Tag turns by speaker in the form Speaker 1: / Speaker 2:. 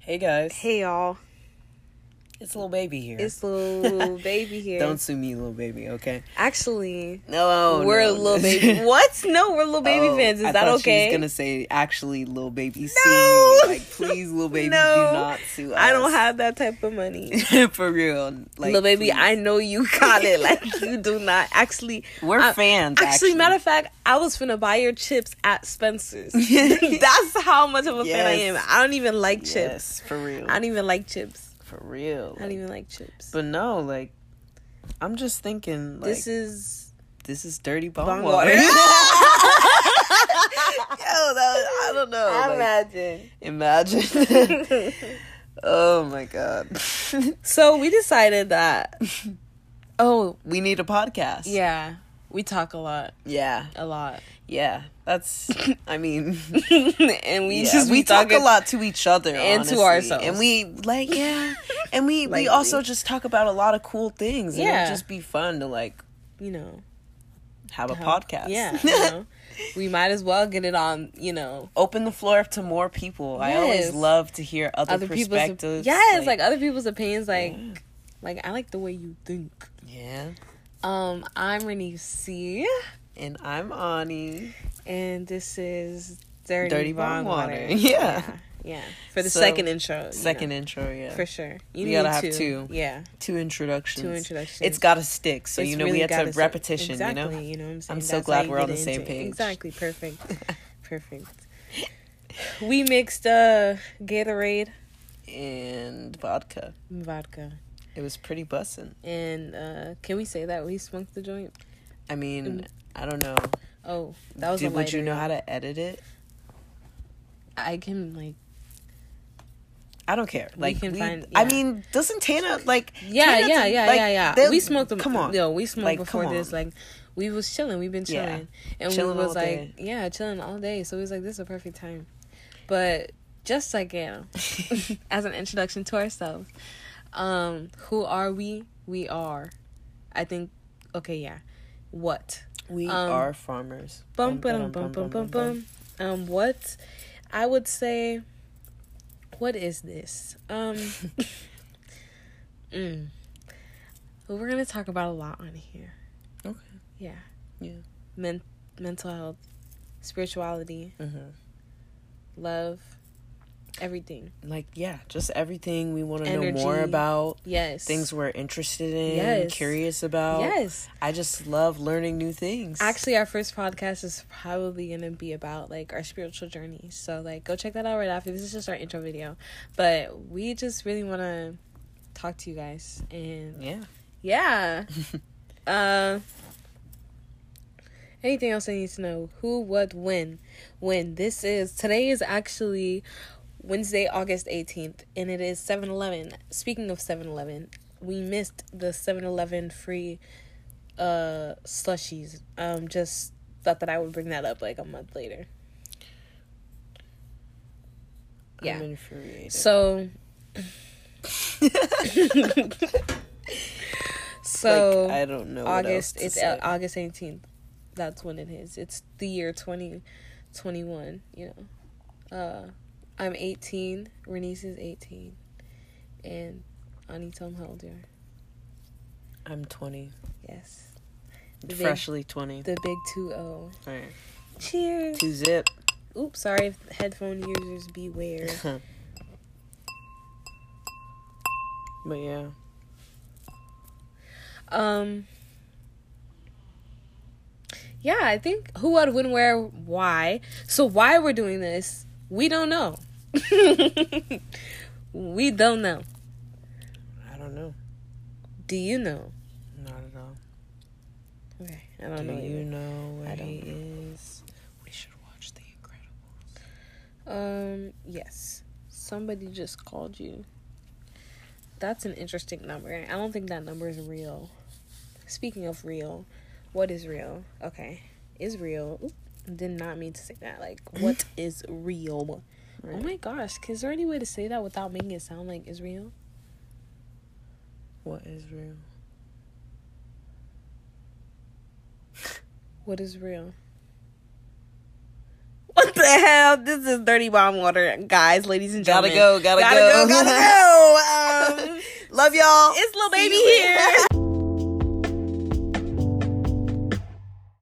Speaker 1: Hey guys,
Speaker 2: Hey y'all,
Speaker 1: it's little baby here.
Speaker 2: it's little baby here.
Speaker 1: Don't sue me, little baby. Okay.
Speaker 2: Actually,
Speaker 1: No,
Speaker 2: we're
Speaker 1: no.
Speaker 2: little baby. what? No, we're little baby
Speaker 1: Oh,
Speaker 2: fans. Is
Speaker 1: I
Speaker 2: that
Speaker 1: thought
Speaker 2: okay?
Speaker 1: She's gonna say actually, little baby,
Speaker 2: No!
Speaker 1: sue me. Like, please, little baby,
Speaker 2: No.
Speaker 1: do not sue us.
Speaker 2: I don't have that type of money.
Speaker 1: have for real. Like,
Speaker 2: little baby,
Speaker 1: please.
Speaker 2: I know you got it. Like you do not actually.
Speaker 1: We're
Speaker 2: I-
Speaker 1: fans.
Speaker 2: Actually, matter of fact, I was finna buy your chips at Spencer's. That's how much of a fan I
Speaker 1: Yes.
Speaker 2: am. I don't even like chips.
Speaker 1: yes, for real,
Speaker 2: I don't even like chips.
Speaker 1: for real.
Speaker 2: I don't
Speaker 1: Like,
Speaker 2: even like chips.
Speaker 1: But no, like, I'm just thinking, like,
Speaker 2: this
Speaker 1: this is,
Speaker 2: is
Speaker 1: dirty bomb,
Speaker 2: bong
Speaker 1: water.
Speaker 2: water.
Speaker 1: Yo, that- I don't know. like,
Speaker 2: Imagine.
Speaker 1: imagine. oh my god.
Speaker 2: so we decided that. Oh
Speaker 1: we need a podcast.
Speaker 2: yeah, we talk a lot,
Speaker 1: Yeah.
Speaker 2: a lot,
Speaker 1: Yeah. That's I mean
Speaker 2: and we
Speaker 1: yeah,
Speaker 2: just
Speaker 1: we talk a
Speaker 2: talking-
Speaker 1: lot to each other
Speaker 2: and to
Speaker 1: honestly.
Speaker 2: ourselves.
Speaker 1: And we like yeah. And we
Speaker 2: Like,
Speaker 1: we also just talk about a lot of cool things and
Speaker 2: Yeah.
Speaker 1: it'd just be fun to like
Speaker 2: You know,
Speaker 1: have a
Speaker 2: how-
Speaker 1: podcast.
Speaker 2: Yeah, you know, we might as well get it on. You know,
Speaker 1: Open the floor up to more people. I always
Speaker 2: Yes.
Speaker 1: love to hear other,
Speaker 2: other people's
Speaker 1: perspectives.
Speaker 2: yes, like, other people's opinions. Like, like I like the way you think.
Speaker 1: Yeah.
Speaker 2: Um, I'm Renee C,
Speaker 1: And I'm Ani.
Speaker 2: and this is Dirty,
Speaker 1: Dirty
Speaker 2: Bong
Speaker 1: Bong
Speaker 2: Water.
Speaker 1: Water. Yeah.
Speaker 2: yeah, yeah. For the
Speaker 1: So,
Speaker 2: second intro, you
Speaker 1: Second
Speaker 2: know,
Speaker 1: intro, yeah.
Speaker 2: for sure. You
Speaker 1: We gotta
Speaker 2: need
Speaker 1: have
Speaker 2: to-
Speaker 1: two.
Speaker 2: Yeah.
Speaker 1: two introductions.
Speaker 2: Two introductions.
Speaker 1: It's gotta stick. So
Speaker 2: It's
Speaker 1: you know
Speaker 2: really
Speaker 1: we had to
Speaker 2: gotta
Speaker 1: have
Speaker 2: sit-
Speaker 1: repetition,
Speaker 2: exactly,
Speaker 1: you know?
Speaker 2: what I'm saying?
Speaker 1: I'm so
Speaker 2: That's
Speaker 1: glad
Speaker 2: how
Speaker 1: we're
Speaker 2: you
Speaker 1: on
Speaker 2: get
Speaker 1: the same
Speaker 2: into it.
Speaker 1: page.
Speaker 2: Exactly. Perfect. perfect. We mixed uh Gatorade,
Speaker 1: And vodka.
Speaker 2: vodka,
Speaker 1: It was pretty bussin'.
Speaker 2: and uh can we say that we smoked the joint?
Speaker 1: I mean, I don't know.
Speaker 2: Oh, that Mm. was a
Speaker 1: Did, would you
Speaker 2: lighter.
Speaker 1: know how to edit it?
Speaker 2: I can like
Speaker 1: I don't care. Like
Speaker 2: can
Speaker 1: we-
Speaker 2: find-
Speaker 1: I
Speaker 2: yeah.
Speaker 1: mean, doesn't Tana like?
Speaker 2: yeah,
Speaker 1: Tana
Speaker 2: yeah,
Speaker 1: did-
Speaker 2: yeah,
Speaker 1: like,
Speaker 2: yeah, yeah,
Speaker 1: they-
Speaker 2: We smoked them.
Speaker 1: Come on.
Speaker 2: yo, we smoked
Speaker 1: Like,
Speaker 2: before
Speaker 1: come
Speaker 2: this.
Speaker 1: on.
Speaker 2: Like, we was chilling. We've been
Speaker 1: Yeah.
Speaker 2: chilling, and
Speaker 1: Chilling
Speaker 2: we was
Speaker 1: all
Speaker 2: like,
Speaker 1: day.
Speaker 2: yeah, chilling all day. So we was like, this is a perfect time. But just like you know, as an introduction to ourselves, um, who are we? We are, I think. Okay, yeah. What?
Speaker 1: we
Speaker 2: um,
Speaker 1: are farmers.
Speaker 2: Bum bum bum bum bum bum. Um, what? I would say. What is this? Um. mm. Well, we're gonna talk about a lot on here.
Speaker 1: Okay.
Speaker 2: Yeah.
Speaker 1: Yeah.
Speaker 2: Men- mental health, spirituality,
Speaker 1: Mhm.
Speaker 2: love, everything.
Speaker 1: Like yeah, just everything we want to know
Speaker 2: Energy.
Speaker 1: more about.
Speaker 2: Yes.
Speaker 1: Things we're interested in,
Speaker 2: Yes.
Speaker 1: curious about.
Speaker 2: Yes.
Speaker 1: I just love learning new things.
Speaker 2: Actually, our first podcast is probably gonna be about like our spiritual journey. So like, go check that out right after. This is just our intro video, but we just really want to talk to you guys and
Speaker 1: yeah.
Speaker 2: yeah. uh, anything else I need to know? Who, what, when? When this is today is actually Wednesday, August 18th, and it is 7 Eleven. Speaking of 7 Eleven, we missed the 7 Eleven free uh slushies. Um, just thought that I would bring that up like a month later. Yeah.
Speaker 1: I'm infuriated.
Speaker 2: So, so
Speaker 1: like, I don't know. Oh, what else
Speaker 2: August.
Speaker 1: to
Speaker 2: It's
Speaker 1: say.
Speaker 2: uh, August eighteenth. That's when it is. It's the year twenty twenty one. You know, uh, I'm eighteen. Renice is eighteen, and Ani tell 'em how old you are.
Speaker 1: I'm 20,
Speaker 2: Yes, big-
Speaker 1: freshly 20.
Speaker 2: the big two zero.
Speaker 1: All right.
Speaker 2: Cheers.
Speaker 1: Two zip.
Speaker 2: Oops, sorry, headphone users beware.
Speaker 1: But yeah,
Speaker 2: Um. Yeah, I think who, what, when, where, why. So why we're doing this, we don't know. we don't know.
Speaker 1: I don't know.
Speaker 2: Do you know?
Speaker 1: Not at all.
Speaker 2: Okay, I don't
Speaker 1: Do
Speaker 2: know.
Speaker 1: you know where
Speaker 2: I don't
Speaker 1: he is? We should watch The Incredibles.
Speaker 2: either. Um. Yes. Somebody just called you. That's an interesting number. I don't think that number is real. Speaking of real, what is real? Okay, is real. Oop, did not mean to say that. Like, what is real? Oh my gosh, is there any way to say that without making it sound like Israel?
Speaker 1: What is real?
Speaker 2: What is real? What the hell? This is Dirty Bomb Water, guys, ladies and
Speaker 1: Gotta
Speaker 2: gentlemen.
Speaker 1: go, gotta
Speaker 2: gotta
Speaker 1: go.
Speaker 2: go, gotta go. Um,
Speaker 1: Oh, Love y'all.
Speaker 2: it's little
Speaker 1: See
Speaker 2: baby
Speaker 1: you later.
Speaker 2: here.